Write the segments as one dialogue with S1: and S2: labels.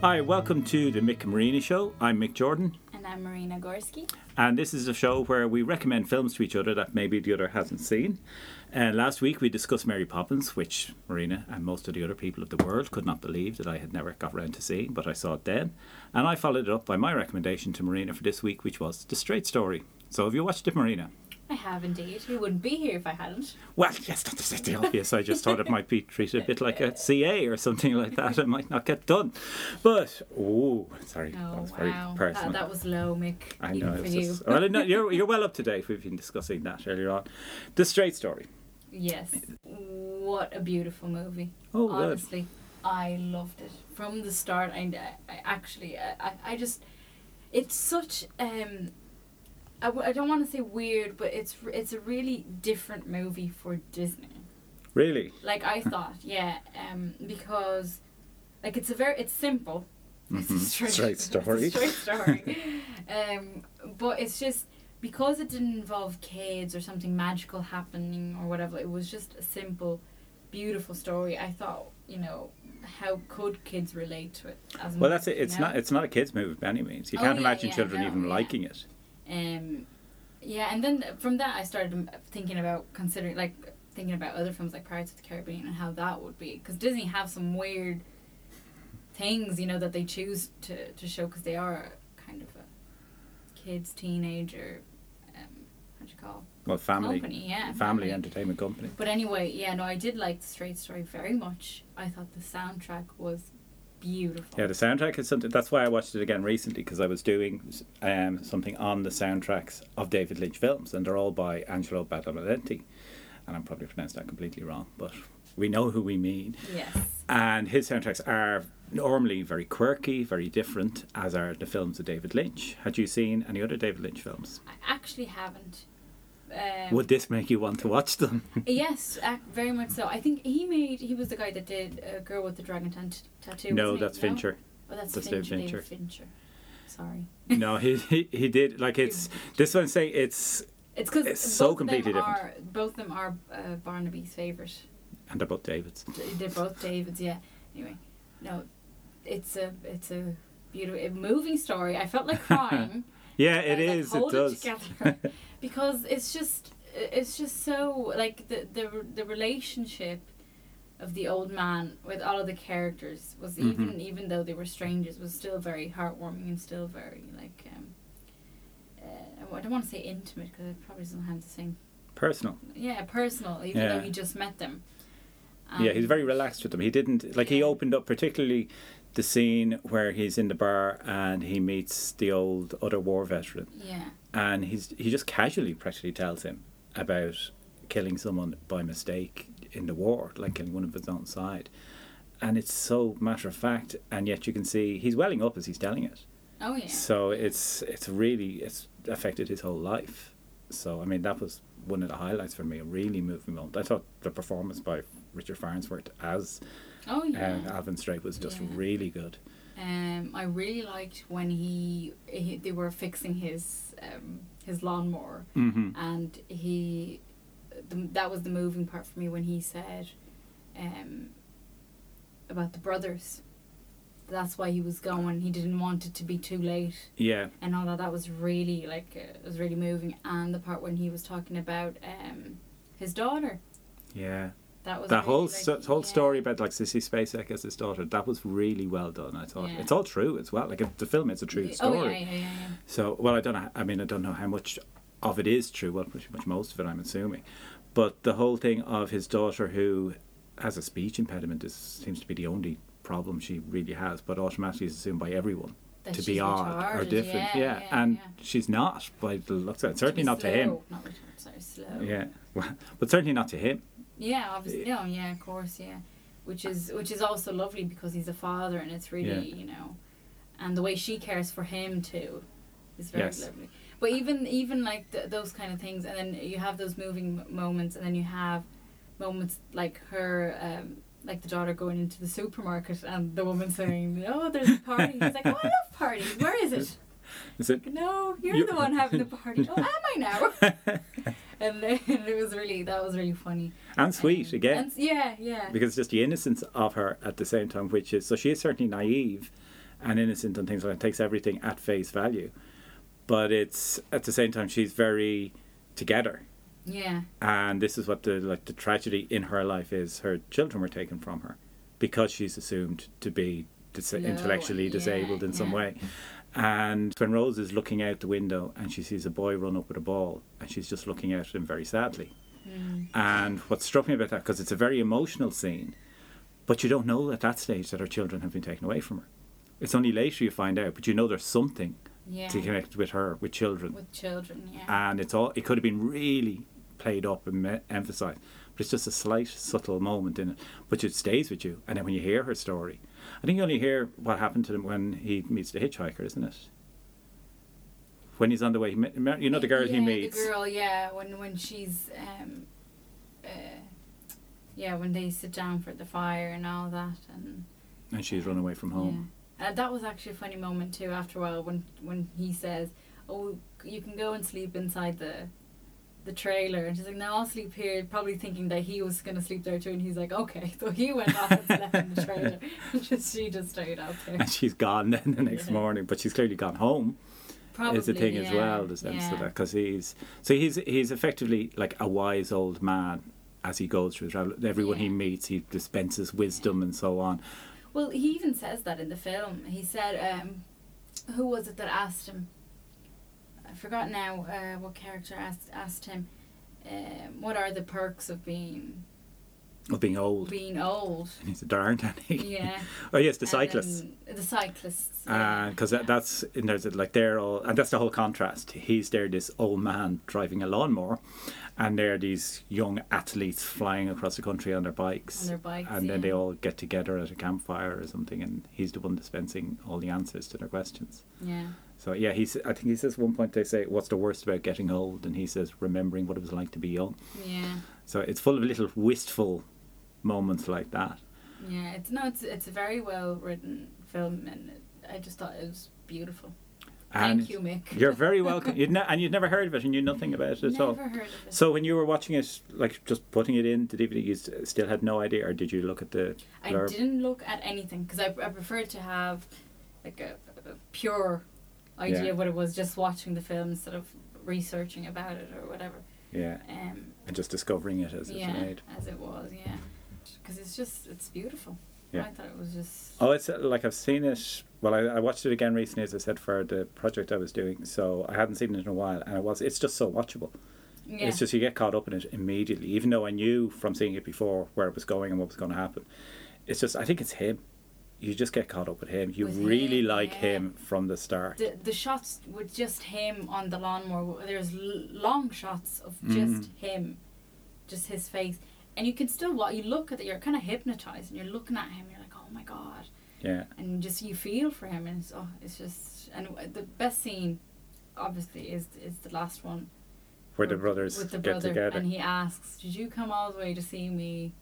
S1: Hi, welcome to the Mick and Marini Show. I'm Mick Jordan,
S2: And I'm Marina Gorski.
S1: and this is a show where we recommend films to each other that maybe the other hasn't seen. And last week we discussed Mary Poppins, which Marina and most of the other people of the world could not believe that I had never got round to seeing, but I saw it then. And I followed it up by my recommendation to Marina for this week, which was The Straight Story. So have you watched it, Marina?
S2: I have indeed. We wouldn't be here if I hadn't.
S1: Well, yes, that's the obvious. I just thought it might be treated a bit like a CA or something like that. It might not get done. But, oh, sorry,
S2: Oh,
S1: that was very
S2: wow.
S1: personal.
S2: That, that was low, Mick.
S1: I
S2: even
S1: know.
S2: for
S1: It's
S2: you.
S1: just, well, no, you're, you're well up to date. We've been discussing that earlier on. The Straight Story.
S2: Yes. What a beautiful movie.
S1: Oh, good.
S2: Honestly, I loved it from the start. I, I actually, I, I- I just, it's such. Um, I, w- I don't want to say weird, but it's r- it's a really different movie for Disney.
S1: Really?
S2: Like I thought, yeah, um, because like it's a very it's simple. It's a
S1: Mhm. Straight
S2: it's a
S1: story.
S2: straight story. um, but it's just because it didn't involve kids or something magical happening or whatever. It was just a simple, beautiful story. I thought, you know, how could kids relate to it? As
S1: Well,
S2: much,
S1: that's it.
S2: you
S1: It's
S2: know?
S1: not. It's not a kids' movie by any means. You
S2: Oh,
S1: can't
S2: yeah,
S1: imagine
S2: yeah,
S1: children
S2: no,
S1: even
S2: yeah.
S1: liking it.
S2: Um, yeah, and then from that I started um, thinking about considering like thinking about other films like Pirates of the Caribbean and how that would be because Disney have some weird things you know that they choose to to show because they are kind of a kids teenager um, what do you call
S1: Well, family,
S2: company yeah
S1: family entertainment company.
S2: but anyway yeah no I did like the Straight Story very much I thought the soundtrack was beautiful
S1: Yeah, the soundtrack is something. That's why I watched it again recently because I was doing um, something on the soundtracks of David Lynch films, and they're all by Angelo Badalamenti, and I'm probably pronounced that completely wrong, but we know who we mean.
S2: yes
S1: And his soundtracks are normally very quirky, very different, as are the films of David Lynch. Had you seen any other David Lynch films?
S2: I actually haven't um,
S1: Would this make you want to watch them?
S2: Yes, ac- very much so. I think he made. He was the guy that did uh, "Girl with the Dragon Tat- Tattoo."
S1: no,
S2: wasn't he?
S1: that's Fincher.
S2: Oh, that's,
S1: That's David
S2: Fincher. David
S1: Fincher.
S2: Fincher. Sorry,
S1: No, he, he he did like it's this one. Say it's
S2: it's because
S1: It's so completely different.
S2: Are, both of them are uh, Barnaby's favorite.
S1: and they're both David's.
S2: They're both David's. Yeah. Anyway, no, it's a it's a beautiful a moving story. I felt like crying.
S1: Yeah,
S2: I
S1: it
S2: was like,
S1: is.
S2: Hold
S1: it does.
S2: together. because it's just it's just so like the the the relationship of the old man with all of the characters was
S1: Mm-hmm.
S2: even even though they were strangers was still very heartwarming and still very like um uh, I don't want to say intimate because it probably doesn't have the same
S1: Personal.
S2: yeah personal even though
S1: Yeah.
S2: you just met them.
S1: yeah,
S2: Um,
S1: he's very relaxed with them. He didn't like he
S2: Yeah.
S1: opened up particularly the scene where he's in the bar and he meets the old other war veteran.
S2: Yeah.
S1: and he's he just casually practically tells him about killing someone by mistake in the war, like killing one of his own side. And it's so matter of fact, and yet you can see he's welling up as he's telling it.
S2: Oh yeah.
S1: So it's it's really it's affected his whole life. So I mean that was one of the highlights for me, a really moving moment. I thought the performance by Richard Farnsworth as
S2: Oh
S1: uh,
S2: yeah.
S1: Alvin Straight was just
S2: Yeah.
S1: really good.
S2: Um, I really liked when he, he they were fixing his um, his lawnmower,
S1: Mm-hmm.
S2: and he the, that was the moving part for me when he said um, about the brothers. That's why he was going. He didn't want it to be too late,
S1: Yeah,
S2: and all that. That was really like uh, it was really moving. And the part when he was talking about um, his daughter.
S1: yeah.
S2: That was
S1: The
S2: really,
S1: whole
S2: like,
S1: st- whole
S2: yeah.
S1: story about like Sissy Spacek as his daughter that was really well done. I thought
S2: Yeah.
S1: it's all true as well. Like it, the film, it's a true story.
S2: Oh yeah, yeah, yeah. yeah.
S1: So well, I don't. Know, I mean, I don't know how much of it is true. Well, pretty much most of it, I'm assuming. But the whole thing of his daughter who has a speech impediment is seems to be the only problem she really has, but automatically is assumed by everyone.
S2: That
S1: to be
S2: she's
S1: odd or
S2: retarded,
S1: different,
S2: yeah, yeah,
S1: and
S2: yeah.
S1: she's not by the looks of it. Certainly not to him.
S2: Slow. Not retarded, sorry, slow.
S1: Yeah, but certainly not to him.
S2: Yeah, obviously. No, yeah, of course, yeah. Which is which is also lovely because he's a father, and it's really
S1: Yeah.
S2: you know, and the way she cares for him too, is very
S1: Yes.
S2: lovely. But even even like th- those kind of things, and then you have those moving m- moments, and then you have moments like her. Um, like the daughter going into the supermarket and the woman saying, "Oh, there's a party." He's like, "Oh, I love parties. Where is it?"
S1: Is it?
S2: No, you're
S1: You-
S2: the one having the party. Oh, am I now? and then it was really that was really funny.
S1: And sweet
S2: Um,
S1: again.
S2: and s- yeah, yeah.
S1: because it's just the innocence of her at the same time, which is so she is certainly naive and innocent and things like that. Takes everything at face value, but it's at the same time she's very together,
S2: Yeah.
S1: and this is what the like the tragedy in her life is. Her children were taken from her because she's assumed to be dis-
S2: Low,
S1: intellectually
S2: yeah,
S1: disabled in some
S2: yeah.
S1: way. And when Rose is looking out the window and she sees a boy run up with a ball, and she's just looking at him very sadly.
S2: Mm.
S1: And what struck me about that, because it's a very emotional scene, but you don't know at that stage that her children have been taken away from her. It's only later you find out, but you know there's something
S2: Yeah.
S1: to Ah, connect with her, with children.
S2: With children, yeah.
S1: and it's all, it could have been really played up and me- emphasized, but it's just a slight, subtle moment in it. But it stays with you. And then when you hear her story, I think you only hear what happened to him when he meets the hitchhiker, isn't it? When he's on the way, he met, you know the girl
S2: yeah,
S1: he meets.
S2: The girl, yeah. When when she's, um, uh, yeah, when they sit down for the fire and all that, and
S1: And she's run away from home.
S2: yeah, uh, that was actually a funny moment too. After a while, when when he says, "Oh, you can go and sleep inside the." The trailer, and she's like, "No, I'll sleep here." Probably thinking that he was gonna sleep there too, and he's like, "Okay." So he went off and slept in the trailer. just she just stayed out there.
S1: and she's gone then the next
S2: Yeah.
S1: morning. But she's clearly gone home.
S2: Probably
S1: is the thing as
S2: yeah,
S1: well, the sense
S2: yeah.
S1: of that, because he's so he's he's effectively like a wise old man as he goes through his travel. Everyone he
S2: Yeah.
S1: meets, he dispenses wisdom and so on.
S2: Well, he even says that in the film. He said, um, "Who was it that asked him?" I forgot now uh, what character asked asked him. Um, what are the perks of being
S1: Of being old,
S2: being old?
S1: and he's a darn, and he.
S2: Yeah,
S1: Oh yes, the
S2: and
S1: cyclists.
S2: then the cyclists. yeah.
S1: because that, that's and there's like they're all and that's the whole contrast he's there this old man driving a lawnmower and they're these young athletes flying across the country on their bikes
S2: On their bikes,
S1: Ah, and then
S2: yeah.
S1: they all get together at a campfire or something and he's the one dispensing all the answers to their questions
S2: yeah,
S1: so yeah he's i think he says at one point they say what's the worst about getting old and he says remembering what it was like to be young
S2: yeah,
S1: so it's full of little wistful moments like that
S2: yeah. It's no, it's it's a very well written film, and it, I just thought it was beautiful.
S1: and
S2: Thank you, Mick.
S1: you're very welcome you'd ne- and you'd never heard of it and knew nothing about it at
S2: Never
S1: all
S2: heard of it.
S1: So when you were watching it, like just putting it in the DVD, you s- still had no idea, or did you look at the
S2: I
S1: blurb?
S2: didn't look at anything because I, I prefer to have like a, a pure idea
S1: Yeah.
S2: of what it was just watching the film instead of researching about it or whatever.
S1: Yeah,
S2: Um,
S1: and just discovering it as it's
S2: yeah,
S1: made.
S2: as it was, yeah. Because it's just it's beautiful.
S1: Yeah.
S2: I thought it was just
S1: Oh, it's uh, like I've seen it. Well, I, I watched it again recently, as I said, for the project I was doing. So I hadn't seen it in a while, and it was. It's just so watchable.
S2: yeah.
S1: It's just you get caught up in it immediately, even though I knew from seeing it before where it was going and what was going to happen. It's just I think it's him. You just get caught up with him. You
S2: With
S1: really
S2: him,
S1: like
S2: yeah.
S1: him from the start.
S2: the, the shots with just him on the lawnmower there's l- long shots of
S1: Mm-hmm.
S2: just him just his face and you can still what you look at it you're kind of hypnotized and you're looking at him you're like oh my god
S1: yeah.
S2: and just you feel for him and it's, oh, it's just and w- the best scene obviously is is the last one
S1: Where the brothers
S2: with the
S1: get
S2: brother
S1: together.
S2: and he asks did you come all the way to see me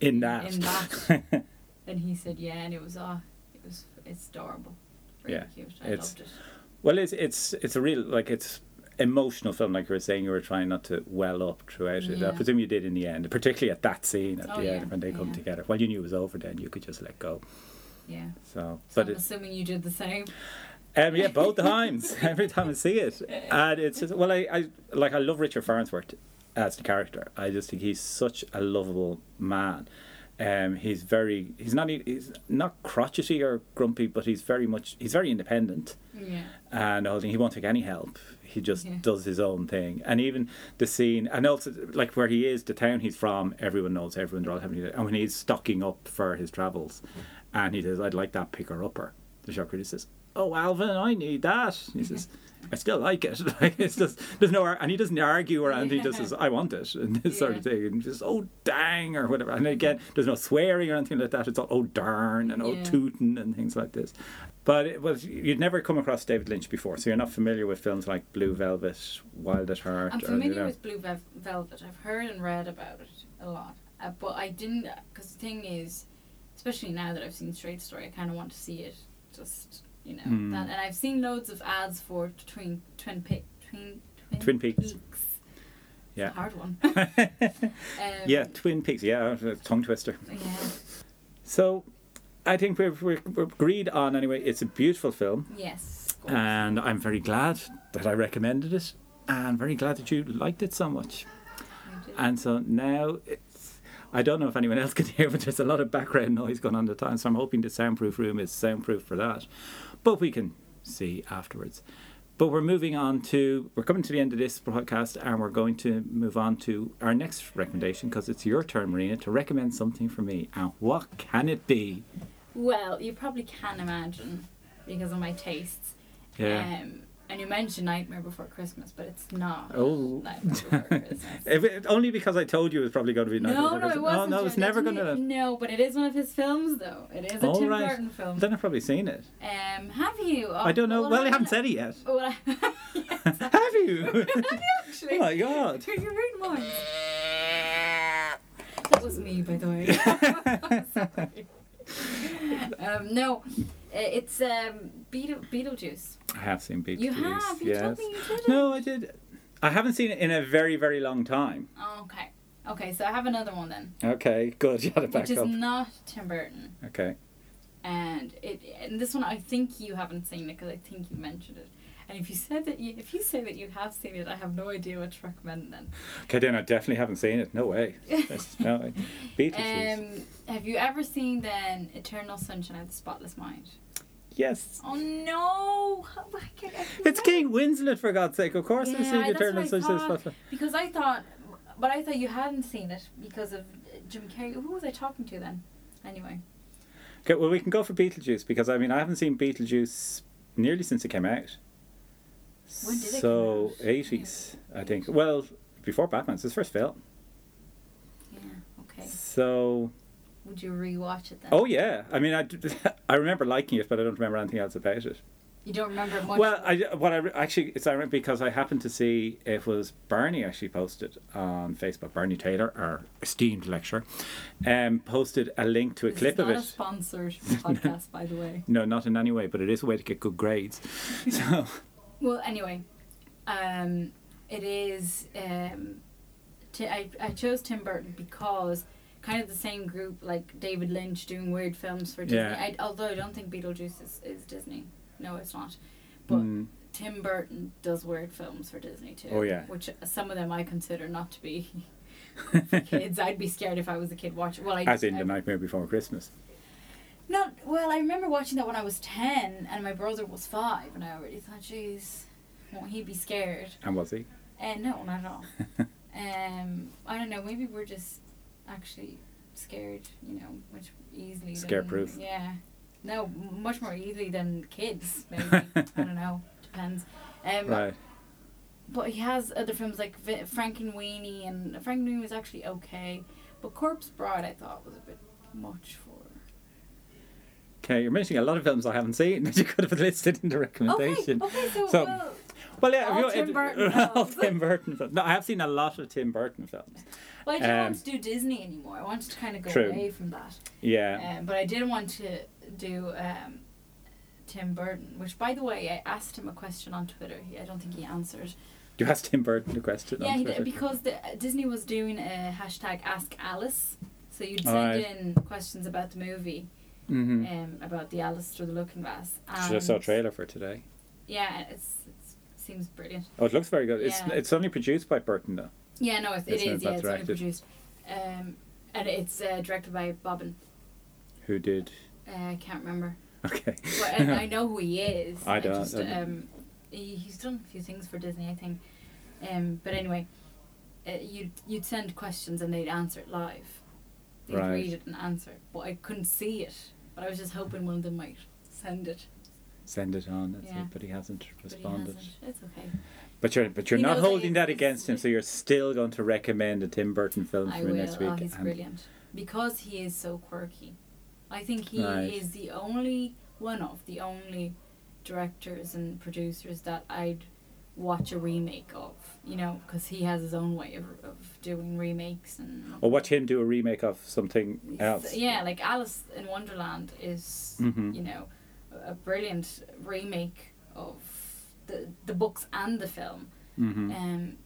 S1: in that.
S2: in that. and he said yeah and it was oh it was it's adorable really
S1: Yeah,
S2: cute I
S1: it's-
S2: loved it
S1: Well, it's it's it's a real like it's emotional film. Like you were saying, you were trying not to well up throughout it. I
S2: Yeah.
S1: presume you did in the end, particularly at that scene at
S2: Oh,
S1: the
S2: yeah,
S1: end when they come
S2: yeah.
S1: together. Well, you knew it was over then. You could just let go.
S2: yeah
S1: So,
S2: so
S1: but
S2: I'm
S1: it's
S2: assuming you did the same
S1: um, yeah, both times. Every time I see it, and it's just, well, I, I like I love Richard Farnsworth as the character. I just think he's such a lovable man. Um, he's very he's not e, he's not crotchety or grumpy, but he's very much he's very independent.
S2: yeah
S1: and all, he won't take any help. He just
S2: Yeah.
S1: does his own thing. And even the scene, and also like where he is, the town he's from, everyone knows everyone. They're all having. And when he's stocking up for his travels, and he says, "I'd like that picker upper," the shop critic says, "Oh, Alvin, I need that." He says. I still like it. Like it's just there's no, ar- and he doesn't argue or anything. He just says, "I want it," and this sort of
S2: Yeah.
S1: thing, and just oh dang or whatever. And again, there's no swearing or anything like that. It's all oh darn and oh
S2: Yeah.
S1: tootin and things like this. But it was you'd never come across David Lynch before, so you're not familiar with films like Blue Velvet, Wild at Heart.
S2: I'm
S1: or, you
S2: familiar
S1: know.
S2: with Blue Vel- Velvet. I've heard and read about it a lot, uh, but I didn't. Because the thing is, especially now that I've seen Straight Story, I kind of want to see it. Just you know
S1: Mm.
S2: that, and I've seen loads of ads for it Twin Twin Pe- Twin Twin,
S1: Twin Peaks. Yeah.
S2: Hard one. um,
S1: yeah, Twin Peaks. Yeah, tongue twister.
S2: Yeah.
S1: So I think we're, we're, we're agreed on anyway. It's a beautiful film,
S2: Yes. gorgeous.
S1: and I'm very glad that I recommended it, and very glad that you liked it so much.
S2: I do.
S1: And so now it's. I don't know if anyone else can hear, but there's a lot of background noise going on at the time. So I'm hoping the soundproof room is soundproof for that. But we can see afterwards. But we're moving on to. We're coming to the end of this broadcast and we're going to move on to our next recommendation because it's your turn, Marina, to recommend something for me. And what can it be?
S2: Well, you probably can imagine because of my tastes.
S1: Yeah.
S2: Um, and you mentioned Nightmare Before Christmas, but it's not.
S1: Oh.
S2: Nightmare Before Christmas.
S1: If it, only because I told you it was probably going to be Oh,
S2: No, no, it wasn't.
S1: No, no, it's
S2: Jordan.
S1: never
S2: Didn't
S1: going
S2: it?
S1: to.
S2: No, but it is one of his films, though. It is a
S1: All
S2: Tim
S1: right.
S2: Burton film.
S1: Then I've probably seen it.
S2: Um, have you? Oh,
S1: I don't know. Well, I haven't said it yet.
S2: Well, I- yes,
S1: Have you?
S2: actually.
S1: oh my god.
S2: Did you read mine? That was me, by the way. um, no, i- it's um, Beetle- Beetlejuice.
S1: I have seen Beetlejuice.
S2: You have. You told me you did it.
S1: No, I did. I haven't seen it in a very, very long time.
S2: Oh, okay. Okay, so I have another one then,
S1: Okay, good. You had it back
S2: which is
S1: up.
S2: not Tim Burton,
S1: Okay.
S2: and it. And this one, I think you haven't seen it because I think you mentioned it. And if you said that, you, if you say that you have seen it, I have no idea what to recommend then.
S1: Okay, then I definitely haven't seen it. No way. There's no way. Beetlejuice.
S2: Um, have you ever seen then Eternal Sunshine of the Spotless Mind?
S1: yes.
S2: Oh no! How- I can't- I can't-
S1: It's Kate Winslet, for God's sake. Of course I'm
S2: Yeah,
S1: seeing
S2: that's
S1: Eternal
S2: what I
S1: Sunshine
S2: thought.
S1: of the Spotless-
S2: Because I thought, but I thought you hadn't seen it because of Jim Carrey. Who was I talking to then? Anyway,
S1: Okay, well, we can go for Beetlejuice because, I mean, I haven't seen Beetlejuice nearly since it came out.
S2: When did it
S1: so,
S2: come out?
S1: 80s, I think. Well, before Batman. It's his first film.
S2: yeah, okay.
S1: So,
S2: Would you rewatch it then?
S1: oh yeah. I mean, I, d- I remember liking it, but I don't remember anything else about it.
S2: You don't remember much.
S1: Well, I, what I re- actually it's ironic because I happened to see it was Barney actually posted on Facebook. Barney Taylor, our esteemed lecturer, um, posted a link to a
S2: This is
S1: clip of
S2: not
S1: it.
S2: a sponsored podcast, by the way.
S1: no, not in any way, but it is a way to get good grades. so
S2: Well, anyway, um, it is. Um, t- I, I chose Tim Burton because kind of the same group like David Lynch doing weird films for Disney.
S1: Yeah.
S2: I, although I don't think Beetlejuice is, is Disney. No, it's not. But
S1: mm,
S2: Tim Burton does weird films for Disney too.
S1: Oh, yeah.
S2: Which some of them I consider not to be for kids. I'd be scared if I was a kid watching. Well, I
S1: as in
S2: I-
S1: the Nightmare Before Christmas.
S2: Not well. I remember watching that when I was ten, and my brother was five, and I already thought, "Jeez, won't he be scared?"
S1: And was he?
S2: Uh, no, not at all. um, I don't know. Maybe we're just actually scared, you know, much easily. than-
S1: Scare-proof.
S2: Yeah. No, m- much more easily than kids. Maybe I don't know. Depends. Um,
S1: Right.
S2: But he has other films like v- Frankenweenie, and Frankenweenie was actually okay, but Corpse Bride I thought was a bit much for.
S1: Okay, you're mentioning a lot of films I haven't seen that you could have listed in the
S2: Okay.
S1: recommendation.
S2: Okay. So.
S1: So- Well,
S2: well,
S1: yeah, if
S2: Oh, All
S1: you-
S2: Tim
S1: if-
S2: Burton
S1: all
S2: films.
S1: Tim Burton films. No, I have seen a lot of Tim Burton films.
S2: well, I didn't
S1: um,
S2: want to do Disney anymore. I wanted to kind of go
S1: True.
S2: away from that.
S1: Yeah.
S2: Um, but I did want to do um, Tim Burton, which, by the way, I asked him a question on Twitter. He, I don't think he answered.
S1: You asked Tim Burton the question.
S2: yeah,
S1: on
S2: he
S1: Twitter.
S2: did, because the, Disney was doing a hashtag Ask Alice. So you'd send
S1: Alright.
S2: in questions about the movie,
S1: Mm-hmm.
S2: um, about the Alice through the Looking Glass.
S1: Should have saw a
S2: and-
S1: trailer for today.
S2: Yeah, it's, it's seems brilliant.
S1: Oh, it looks very good. It's
S2: Yeah.
S1: it's only produced by Burton though.
S2: Yeah, no, it's,
S1: It's
S2: it
S1: not
S2: is. Yeah, it's only
S1: directed.
S2: produced, um, and it's uh, directed by Bobbin.
S1: Who did?
S2: Uh, I can't remember.
S1: Okay.
S2: Well, I, I know who he is.
S1: I don't-
S2: Just,
S1: I don't-
S2: um, he, he's done a few things for Disney, I think. Um, but anyway, uh, you'd you'd send questions and they'd answer it live. They'd
S1: Right.
S2: read it and answer, it, but I couldn't see it. But I was just hoping one of them might send it.
S1: Send it on. That's
S2: Yeah.
S1: it. But he hasn't
S2: But he
S1: responded.
S2: hasn't. It's okay.
S1: But you're but you're
S2: He
S1: not
S2: knows that
S1: holding
S2: it-
S1: that
S2: it's-
S1: against him, so you're still going to recommend a Tim Burton film
S2: I
S1: for me
S2: will.
S1: next week. Um,
S2: oh, he's
S1: and-
S2: brilliant because he is so quirky. I think he
S1: Right.
S2: is the only one of the only directors and producers that I'd watch a remake of. You know, because he has his own way of, of doing remakes and.
S1: Or watch him do a remake of something else.
S2: Yeah, like Alice in Wonderland is
S1: Mhm.
S2: you know a brilliant remake of the the books and the film.
S1: Mm-hmm.
S2: Um,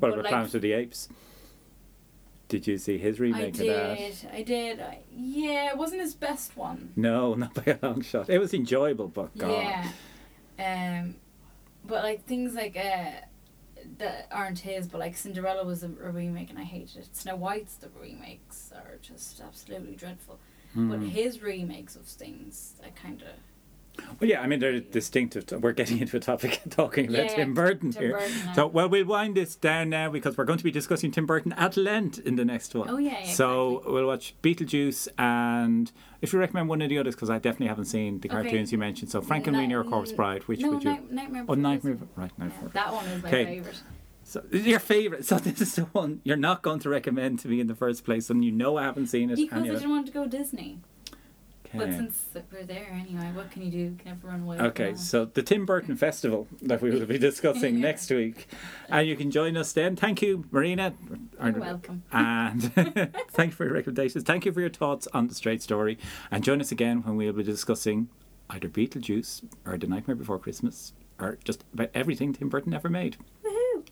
S1: Well,
S2: but
S1: we're
S2: like-
S1: Planet of the Apes. Did you see his
S2: I
S1: remake of that?
S2: did. I did. I, yeah, it wasn't his best one.
S1: No, not by a long shot. It was enjoyable, but God.
S2: Yeah. Um, but like things like uh, that aren't his, but like Cinderella was a, a remake and I hated it. Snow White's the remakes are just absolutely dreadful.
S1: Hmm.
S2: But
S1: Mm.
S2: his remakes of things, I kind of.
S1: Well, yeah, I mean, they're distinctive. We're getting into a topic and talking about
S2: Yeah,
S1: Tim Burton
S2: Tim
S1: here.
S2: Burton, I-
S1: so, well, we'll wind this down now because we're going to be discussing Tim Burton at length in the next one.
S2: Oh, yeah, yeah,
S1: So we'll watch Beetlejuice and if you recommend one of the others, because I definitely haven't seen the
S2: Okay.
S1: cartoons you mentioned. So, Frankenweenie or Corpse Bride, which
S2: no,
S1: would you?
S2: Night- Nightmare
S1: Oh,
S2: Before
S1: Nightmare.
S2: Christmas.
S1: Right, Nightmare.
S2: Yeah, that one is my
S1: Okay.
S2: favorite.
S1: So your favorite. So this is the one you're not going to recommend to me in the first place, and you know I haven't seen it.
S2: Because I
S1: and you-
S2: didn't want to go Disney. But
S1: Okay.
S2: since we're there anyway, what can you do? You can never run away. from
S1: Okay,
S2: that.
S1: so the Tim Burton Festival that we will be discussing
S2: Yeah.
S1: next week, and you can join us then. Thank you, Marina.
S2: You're welcome.
S1: And thank you for your recommendations. Thank you for your thoughts on the Straight Story, and join us again when we'll be discussing either Beetlejuice or The Nightmare Before Christmas or just about everything Tim Burton ever made.
S2: Woohoo!